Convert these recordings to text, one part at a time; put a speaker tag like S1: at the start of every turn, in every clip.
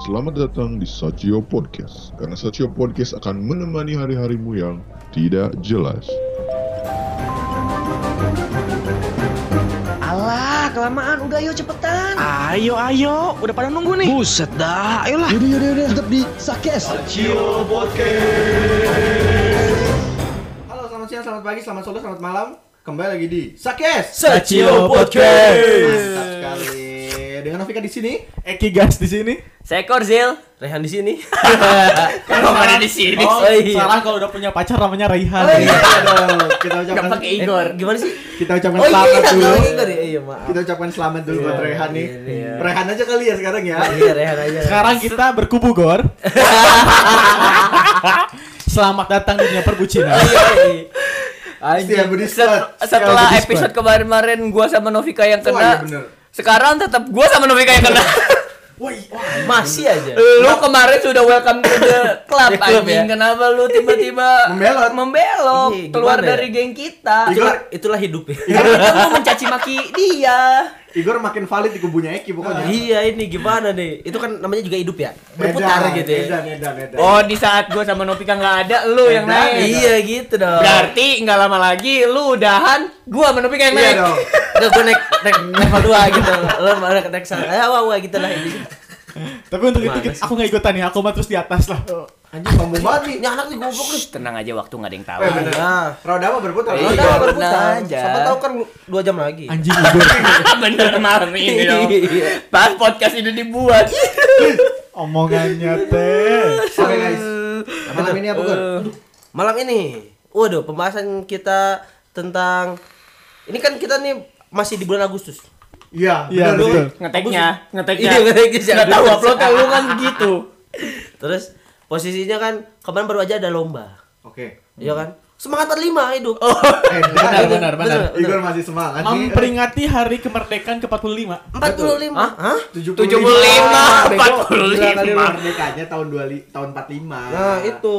S1: Selamat datang di Sachio Podcast, karena Sachio Podcast akan menemani hari-harimu yang tidak jelas.
S2: Alah, kelamaan. Udah ayo cepetan.
S3: Ayo, ayo, udah pada nunggu nih. Buset dah, ayolah.
S2: Yaudah, yaudah, yaudah. Tetap di Sakes.
S4: Halo, selamat siang, selamat pagi, selamat sore, selamat malam. Kembali lagi di Sakes.
S3: Sachio
S4: Mantap sekali. Dengan Novika di sini.
S3: Eki gas di sini.
S5: Sekor Zil.
S6: Rehan di sini.
S5: Kalau ada di sini.
S3: Oh,
S5: Oh, iya.
S3: Sarah kalau udah punya pacar namanya Raihan.
S4: Oh, iya, dong. Kita
S5: Gak
S4: ucapkan
S5: pakai Igor.
S6: Gimana sih?
S4: kita ucapkan
S6: Oh iya,
S4: selamat
S6: nggak
S4: dulu.
S6: lagi kali. Iya, maaf.
S4: Kita ucapkan selamat dulu buat
S6: Iya,
S4: Rehan nih.
S6: iya.
S4: Rehan aja kali ya sekarang ya.
S6: Iya, Rehan aja.
S3: Sekarang kita berkubu gor. Selamat datang di dunia perbucinan.
S4: Iya, Setia Budi
S5: Set- Setelah episode kemarin-kemarin gua sama Novika yang
S4: Oh, iya
S5: kena.
S4: bener.
S5: Sekarang tetap gua sama Novika yang kena.
S6: Masih aja.
S5: lu kemarin sudah welcome to the club
S6: The club,
S5: anjing.
S6: ya.
S5: Kenapa lu tiba-tiba
S4: Membelot.
S5: Membelot
S6: Iya,
S5: keluar
S6: gimana ya?
S5: dari geng kita.
S4: Igor,
S6: Itulah hidup ya.
S5: Kan kita mau mencaci maki dia.
S4: Igor makin valid di kubunya Eki pokoknya.
S6: iya, ini gimana nih? Itu kan namanya juga hidup ya.
S4: Edan,
S6: Berputar gitu ya.
S4: Edan, edan, edan.
S5: Oh, di saat gua sama Novika nggak ada, lu yang
S4: Edan,
S5: naik.
S6: Iya gitu dong.
S5: Berarti nggak lama lagi lu udahan, gua sama Novika yang
S4: Iya
S5: naik.
S4: dong.
S6: Nggak, gue naik naik level 2 gitu. Lo naik naik sana. Ya wah wah gitu lah ini.
S3: Tapi untuk itu kita- aku nggak ikutan ya, aku mah terus di atas lah.
S4: Anjing sombong banget nih.
S6: Ini anak nih goblok nih.
S5: Shh, tenang aja waktu nggak ada yang tahu.
S4: Eh, bener.
S6: Nah.
S4: Roda mah berputar.
S5: Iya,
S6: Lo
S4: Roda
S6: udah
S4: mah berputar.
S6: berputar.
S5: aja.
S6: Siapa tahu kan 2 jam lagi.
S3: Anjing Igor.
S5: Ah, bener malam ini dong.
S6: Iya.
S5: Pas podcast ini dibuat.
S3: Omongannya teh.
S4: Oke guys. Malam ini apa, Gor?
S6: Eh. Malam ini, waduh, pembahasan kita tentang ini kan kita nih masih di bulan Agustus.
S4: Iya,
S3: Iya,
S4: bener,
S3: betul.
S4: Gor.
S5: Ngeteknya, ngeteknya.
S6: Iya, ngeteknya siapa?
S5: ya. Nggak tahu uploadnya lu kan begitu.
S6: Terus posisinya kan kemarin baru aja ada lomba,
S4: Oke.
S6: ya kan? Semangat lima itu. Oh,
S4: Eh, benar,
S3: benar, benar.
S4: Igor masih semangat nih.
S3: Memperingati hari kemerdekaan ke-45.
S6: 45. Hah? Hah?
S4: 75,
S5: 75,
S4: bego.
S5: 45.
S4: Gila kali lu merdekanya tahun 25, tahun 45.
S6: Nah, itu.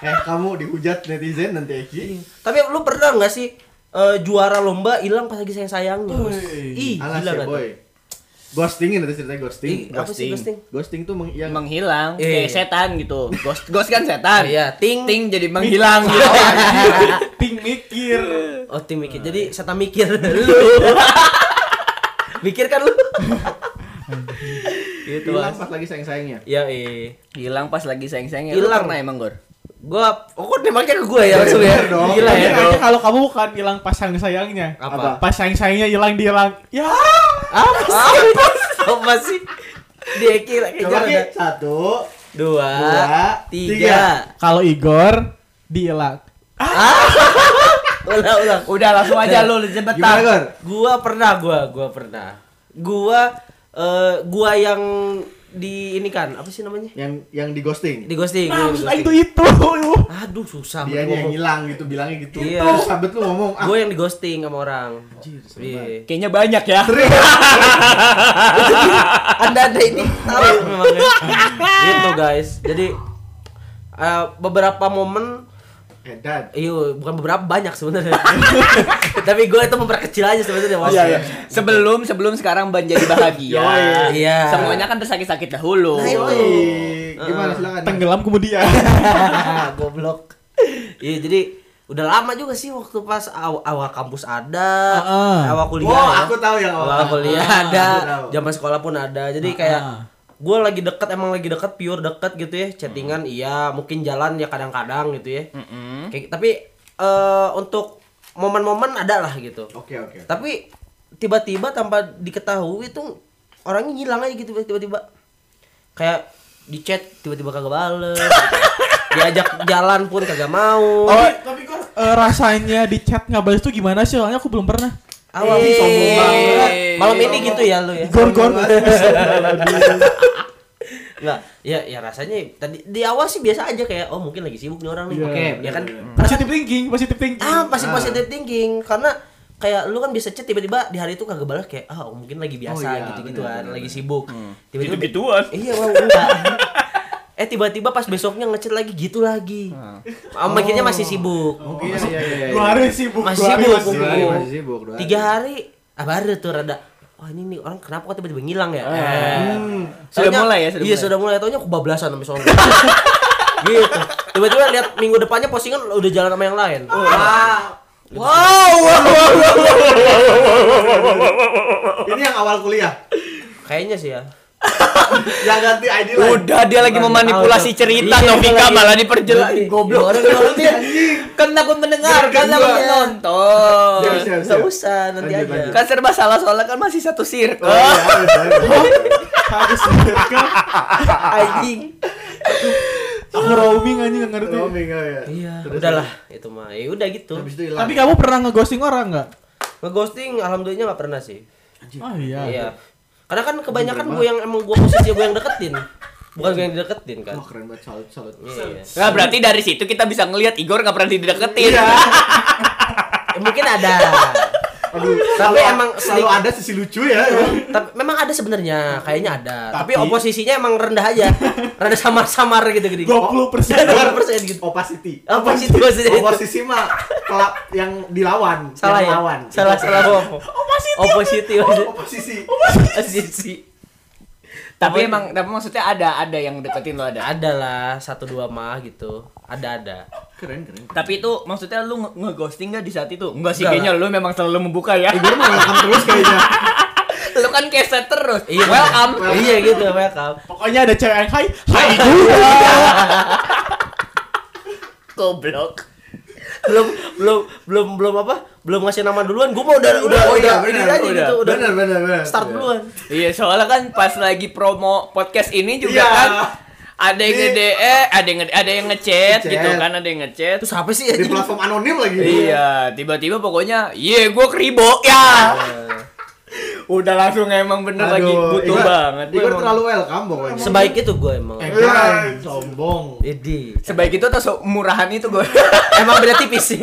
S4: Eh, kamu dihujat netizen nanti Eki.
S6: Tapi lu pernah nggak sih eh, juara lomba hilang pas lagi sayang-sayangnya? Ih,
S4: Alas
S6: gila
S4: ya,
S6: nggak tuh?
S4: boy. Ghostingin nanti ceritanya ghosting.
S6: Ih, apa sih ghosting?
S4: Ghosting tuh meng yang
S5: Menghilang kayak
S6: Iya.
S5: setan gitu. Ghost, ghost kan setan.
S6: Iya, ting. iya.
S5: Ting jadi menghilang gitu.
S3: Ting mikir.
S6: Oh, tim mikir. Jadi setan mikir lu. mikir kan lu? gitu
S4: hilang
S6: mas.
S4: pas lagi sayang-sayangnya.
S6: Ya eh.
S5: Hilang pas lagi sayang-sayangnya. Hilang
S6: Hilang.
S5: nah emang, Gor.
S6: Gua oh, kok nembaknya ke gua ya langsung ya.
S4: Bener dong.
S6: Gila ya.
S3: Tapi kayaknya kalau kamu bukan hilang pasang sayangnya.
S4: Apa?
S3: Pas sayang-sayangnya hilang dihilang. Ya.
S6: Apa sih? Apa sih? Dia kira
S4: Coba
S6: kejar ada.
S4: Ki. Satu,
S6: dua,
S4: Dua, tiga.
S6: tiga.
S3: Kalau Igor dihilang.
S6: Ulang, ulang.
S5: Udah langsung aja lu
S4: Gimana,
S5: cepetan.
S4: Gor?
S6: Gua pernah, gua, gua pernah. Gua, eh, gua yang di ini kan, apa sih namanya?
S4: Yang yang di ghosting.
S6: Di ghosting. gua yang di
S3: Nah,
S6: ghosting.
S3: itu ya. itu.
S6: Aduh, susah.
S4: Dia yang
S6: banget ngomong.
S4: hilang gitu bilangnya gitu.
S6: Iya.
S4: Terus sabet lu ngomong. Ah,
S6: Gua yang di ghosting sama orang. Iya.
S5: Kayaknya banyak ya.
S6: Anda ada ini tahu memangnya. gitu guys. Jadi eh, beberapa momen
S4: edan.
S6: Iya, bukan beberapa banyak sebenarnya. Tapi gue itu memperkecil aja sebenarnya.
S3: Iya,
S6: Mas.
S5: Sebelum sebelum sekarang menjadi bahagia.
S4: Yoi.
S6: Iya.
S5: Semuanya kan tersakit-sakit dahulu.
S6: Nah, itu.
S4: Woi, Gimana
S6: Uh-uh.
S4: silakan.
S3: Tenggelam kemudian.
S6: goblok iya jadi udah lama juga sih waktu pas aw- awal kampus ada
S3: Heeh.
S6: awal kuliah
S4: Wow,
S6: ya.
S4: aku tahu yang awal
S6: awal
S4: kampus.
S6: kuliah
S4: Ah,
S6: ada
S4: aku tahu.
S6: zaman sekolah pun ada jadi kayak gue lagi deket emang lagi deket pure deket gitu ya chattingan iya mungkin jalan ya kadang-kadang gitu ya Kayak- tapi eh, untuk momen-momen ada lah gitu
S4: Oke, oke.
S6: tapi tiba-tiba tanpa diketahui itu orangnya hilang aja gitu tiba-tiba kayak di chat tiba-tiba kagak bales diajak jalan pun kagak mau
S3: Oh, tapi kok eh, rasanya di chat nggak balas tuh gimana sih? Soalnya aku belum pernah.
S6: awal
S4: Ih, sombong banget.
S6: malam ini gitu ya lu ya
S3: Gor gor.
S6: nggak ya ya rasanya tadi di awal sih biasa aja kayak oh mungkin lagi sibuk nih orang nih
S4: Iya,
S6: Oke,
S4: bener,
S6: ya kan
S4: bener.
S3: Positive thinking, positive thinking.
S6: ah pasti positive thinking karena kayak lu kan bisa chat tiba-tiba di hari itu kagak balas kayak ah oh, mungkin lagi biasa
S4: Oh, iya,
S6: gitu-gitu
S4: bener,
S6: kan
S4: bener,
S6: lagi sibuk tiba-tiba
S5: Gitu-gituan.
S6: Iya wow, enggak. eh tiba-tiba pas besoknya ngechat lagi gitu lagi. Ah, Akhirnya masih sibuk.
S4: Iya, iya, iya.
S3: Dua hari sibuk.
S6: Masih
S3: dua hari
S4: Dua hari
S6: sibuk. Sibuk.
S4: masih sibuk, dua hari.
S6: Tiga hari ah baru tuh rada wah ini nih orang kenapa kok tiba-tiba ngilang ya?
S5: Hmm.
S6: Taunya-
S5: Sudah mulai ya, sudah
S6: Iya
S5: mulai.
S6: sudah mulai. Taunya kebablasan sama sono. gitu. Tiba-tiba lihat minggu depannya postingan udah jalan sama yang lain.
S4: Ah,
S6: Wow, wow, wow, wow.
S4: ini yang awal kuliah.
S6: Kayaknya sih ya.
S4: Yang ganti ID lain.
S5: Udah dia lagi memanipulasi cerita
S6: Iya,
S5: Novika
S6: lagi-
S5: malah diperjelas. Iya,
S6: lagi-
S5: Goblok.
S6: Orang ngerti, anjing.
S5: Kan takut mendengar,
S4: Dengarkan
S5: kan takut
S4: gua.
S5: menonton.
S4: Siap, siap,
S6: Gak
S4: siap.
S6: usah nanti
S4: Lanjut,
S6: aja.
S4: lanjut.
S5: Kan serba salah soalnya kan masih satu sirkel.
S4: Oh, iya, iya, iya.
S3: Habis mereka
S6: Anjing.
S3: aku roaming anjing nggak ngerti.
S4: Roaming, oh, iya.
S6: Iya,
S4: Terus,
S6: udahlah itu mah. Ya udah gitu.
S4: Habis itu hilang.
S3: Tapi kamu pernah ngeghosting orang nggak?
S6: Ngeghosting alhamdulillah nggak pernah sih.
S3: Oh iya.
S6: Iya. Karena kan kebanyakan gue yang emang gue posisi gue yang deketin. Bukan gue yang dideketin kan.
S4: Wah, keren banget salut salut.
S6: Iya. iya.
S5: Nah, berarti dari situ kita bisa ngelihat Igor nggak pernah dideketin.
S4: Iya.
S6: Eh, mungkin ada.
S4: Aduh,
S6: Tapi
S4: selalu-
S6: emang Iya.
S4: selalu
S6: sedikit-
S4: ada sisi lucu ya. emang.
S6: Tapi memang ada sebenarnya, kayaknya ada. Tapi,
S3: Tapi-
S6: oposisinya emang rendah aja. Rada samar-samar gitu gitu.
S3: 20%
S6: Berapa persen gitu.
S4: Opacity.
S6: Apa sih itu maksudnya? itu?
S4: Oposisi mah kelap yang dilawan, yang
S6: Salah
S4: Gitu.
S6: ya?
S4: lawan.
S6: Salah salah opo. Opositi.
S4: Oh,
S6: maksudnya.
S4: Oposisi.
S6: Oposisi.
S5: tapi emang tapi maksudnya ada ada yang deketin lo ada.
S6: Ada lah satu dua mah gitu. Ada ada.
S4: Keren keren.
S5: Tapi itu maksudnya lu nge- ngeghosting gak di saat itu? Enggak sih
S6: Enggak
S5: kayaknya lu memang selalu membuka ya.
S4: Gue mau ngerekam terus kayaknya.
S5: lu kan keset terus.
S6: Iya.
S5: Welcome.
S6: Iya gitu, welcome.
S3: Pokoknya ada cewek yang hai, hai.
S6: goblok belum belum belum belum apa belum ngasih nama duluan gue mau udah udah
S4: Oh iya,
S6: udah
S4: benar,
S6: ini aja
S5: udah.
S6: gitu udah
S4: Benar benar benar.
S6: start
S4: Iya.
S6: duluan
S5: Iya, soalnya kan pas lagi promo podcast ini juga
S4: Iya.
S5: kan ada yang
S4: Di-
S5: ngede eh, ada yang nge- ada yang ngechat
S4: Ngechat.
S5: gitu kan, ada yang ngechat.
S6: terus apa sih
S4: Di
S6: anjing?
S4: platform anonim lagi.
S5: Iya, tiba-tiba pokoknya, iya gua kribo ya. Udah langsung emang bener
S4: Iya. Aduh,
S5: lagi butuh
S4: Igor-
S5: banget. Gua
S4: Igor
S5: emang-
S4: terlalu welcome pokoknya.
S6: iya. sebaik Iya, itu gue emang
S4: Eh, keren, sombong.
S6: jadi
S5: sebaik itu atau murahan itu gue.
S6: emang beda tipis sih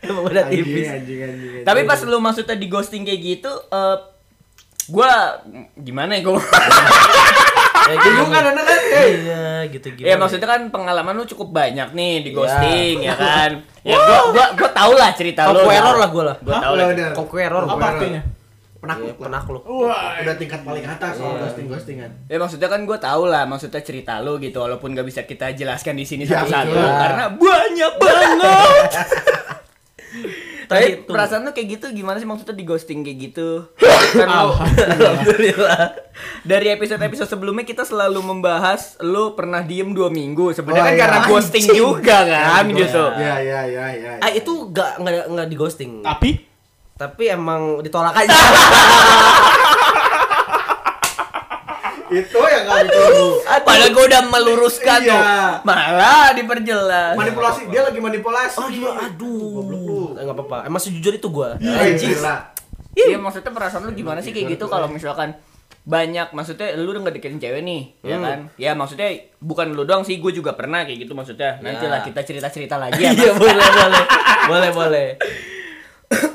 S6: emang beda
S4: Anjing,
S6: tipis
S4: anjing, anjing, anjing.
S5: Tapi pas lu maksudnya di ghosting kayak gitu, eh gua gimana ya gua?
S6: ya, gitu.
S4: Bingung kan anak kan? Eh,
S6: iya gitu gitu
S5: ya maksudnya kan pengalaman lu cukup banyak nih
S4: Iya.
S5: di ghosting ya kan. Ya gua gua gua tau lah cerita lu. kan?
S6: Kau error lah gue lah
S5: Gua
S4: Hah?
S5: tau lah.
S4: Udah, udah.
S6: Kau error
S3: Apa
S6: gua.
S3: artinya?
S6: Iya,
S4: Penakut lah.
S6: penakluk
S4: Udah tingkat paling atas soal
S6: Iya.
S4: ghosting ghostingan.
S5: Ya maksudnya kan gua tau lah maksudnya cerita lu gitu walaupun gak bisa kita jelaskan di sini
S4: Ya,
S5: satu-satu
S4: iya.
S5: karena banyak banget. Tapi
S6: Terhitung.
S5: perasaan lu kayak gitu gimana sih maksudnya di ghosting kayak gitu? kan lu-
S6: alhamdulillah
S5: dari episode-episode sebelumnya kita selalu membahas lu pernah diem dua minggu sebenarnya
S4: Oh,
S5: kan
S4: iya.
S5: karena ghosting juga kan gitu.
S4: Ya ya ya ya.
S6: Iya. ah itu gak nggak nggak di ghosting
S3: Tapi
S6: tapi emang ditolak aja
S4: itu yang gak ditunggu.
S5: Padahal gua udah meluruskan
S4: Iya.
S5: tuh. Malah diperjelas.
S4: Manipulasi, dia lagi manipulasi.
S6: aduh Oh, iya. aduh Eh,
S4: Goblok lu.
S6: nggak apa-apa emang sejujur itu gue
S4: Eh,
S6: anjing
S4: gila.
S5: Iya maksudnya perasaan lu gimana sih kayak gitu kalau misalkan banyak maksudnya lu udah ngedeketin cewek nih ya kan ya maksudnya bukan lu doang sih gue juga pernah kayak gitu maksudnya nantilah kita cerita cerita lagi ya
S6: Iya
S5: Mas.
S6: boleh boleh boleh boleh.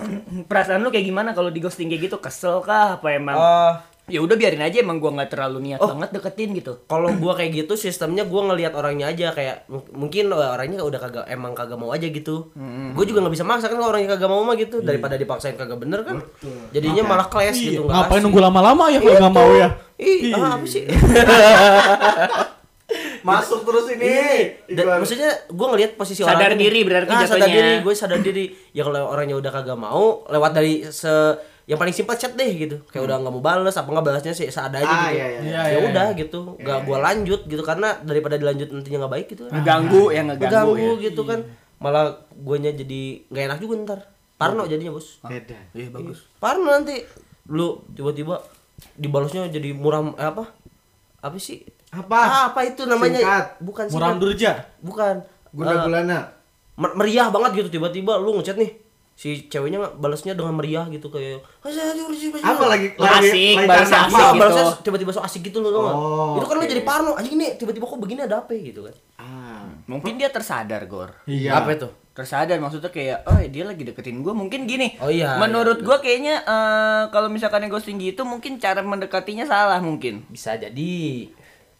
S5: perasaan lu kayak gimana kalau di ghosting kayak gitu kesel kah apa emang
S6: Eh,
S5: ya udah biarin aja emang gua nggak terlalu niat
S6: Oh.
S5: banget deketin gitu
S6: kalau gua kayak gitu sistemnya gua ngelihat orangnya aja kayak mung- mungkin eh, orangnya udah kagak emang kagak mau aja gitu. Gua juga nggak bisa maksa kan kalau orangnya kagak mau mah gitu daripada dipaksain kagak bener kan. Jadinya malah clash
S3: iya,
S6: gitu nggak
S3: ngapain
S6: asik.
S3: nunggu lama-lama ya kalau nggak mau ya?
S6: Ih, ah, apa sih?
S4: Masuk terus ini.
S6: Iya, Dan,
S4: Igor.
S6: maksudnya gue ngelihat posisi
S5: Sadar
S6: orangnya nih.
S5: diri berarti
S6: Ah, sadar
S5: jatuhnya.
S6: diri gue sadar diri ya kalau orangnya udah kagak mau lewat dari se yang paling simpel chat deh gitu kayak udah nggak mau bales apa nggak balasnya sih seadanya
S4: Hmm. Ah,
S6: gitu
S4: iya, iya,
S3: iya.
S6: ya
S3: Iya, iya,
S6: udah gitu nggak gue lanjut gitu karena daripada dilanjut nantinya nggak baik gitu kan.
S5: ngeganggu ya ngeganggu
S6: Ngeganggu gitu kan malah guanya jadi nggak enak juga ntar parno jadinya bos
S4: Beda.
S6: Iya bagus. Parno nanti lu tiba-tiba dibalasnya jadi muram eh, apa? Apa sih?
S4: Apa?
S6: Ah, apa itu namanya?
S4: Singkat.
S6: Bukan
S3: Muram
S6: singkat.
S3: durja.
S6: Bukan.
S4: Guna
S6: Eh,
S4: gulana.
S6: mer- meriah banget gitu tiba-tiba lu ngechat nih. Si ceweknya nggak balasnya dengan meriah gitu kayak
S4: Apa lagi?
S5: Lo asik,
S4: lagi
S5: balas
S4: karena
S5: asik
S4: apa?
S5: gitu.
S6: balasnya tiba-tiba so asik gitu lu tau nggak?
S4: Oh,
S6: itu kan lu
S4: oke.
S6: jadi parno anjing nih tiba-tiba kok begini ada apa ya gitu kan
S4: Ah.
S5: mungkin dia tersadar gor
S4: Iya.
S6: apa itu
S5: tersadar maksudnya kayak oh dia lagi deketin gue mungkin gini
S6: Oh iya,
S5: menurut
S6: iya,
S5: gua kayaknya eh, kalau misalkan yang ghosting gitu mungkin cara mendekatinya salah mungkin
S6: bisa jadi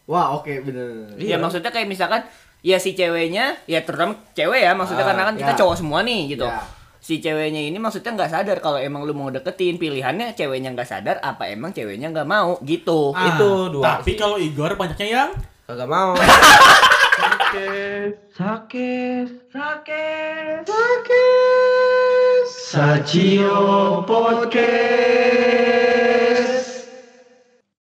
S4: Wah, oke bener.
S5: ya maksudnya kayak misalkan ya si ceweknya ya terutama cewek ya maksudnya
S4: Ah,
S5: karena kan kita
S4: ya.
S5: cowok semua nih gitu
S4: Ya.
S5: si si ceweknya ini maksudnya nggak sadar kalau emang lu mau deketin pilihannya ceweknya nggak sadar apa emang ceweknya nggak mau gitu
S4: Ah,
S6: Itu dua
S3: Ah, Tapi
S6: sih.
S3: kalau Igor banyaknya yang
S6: Kagak mau.
S2: Sakes, sakes, sakes. Sachio Podcast.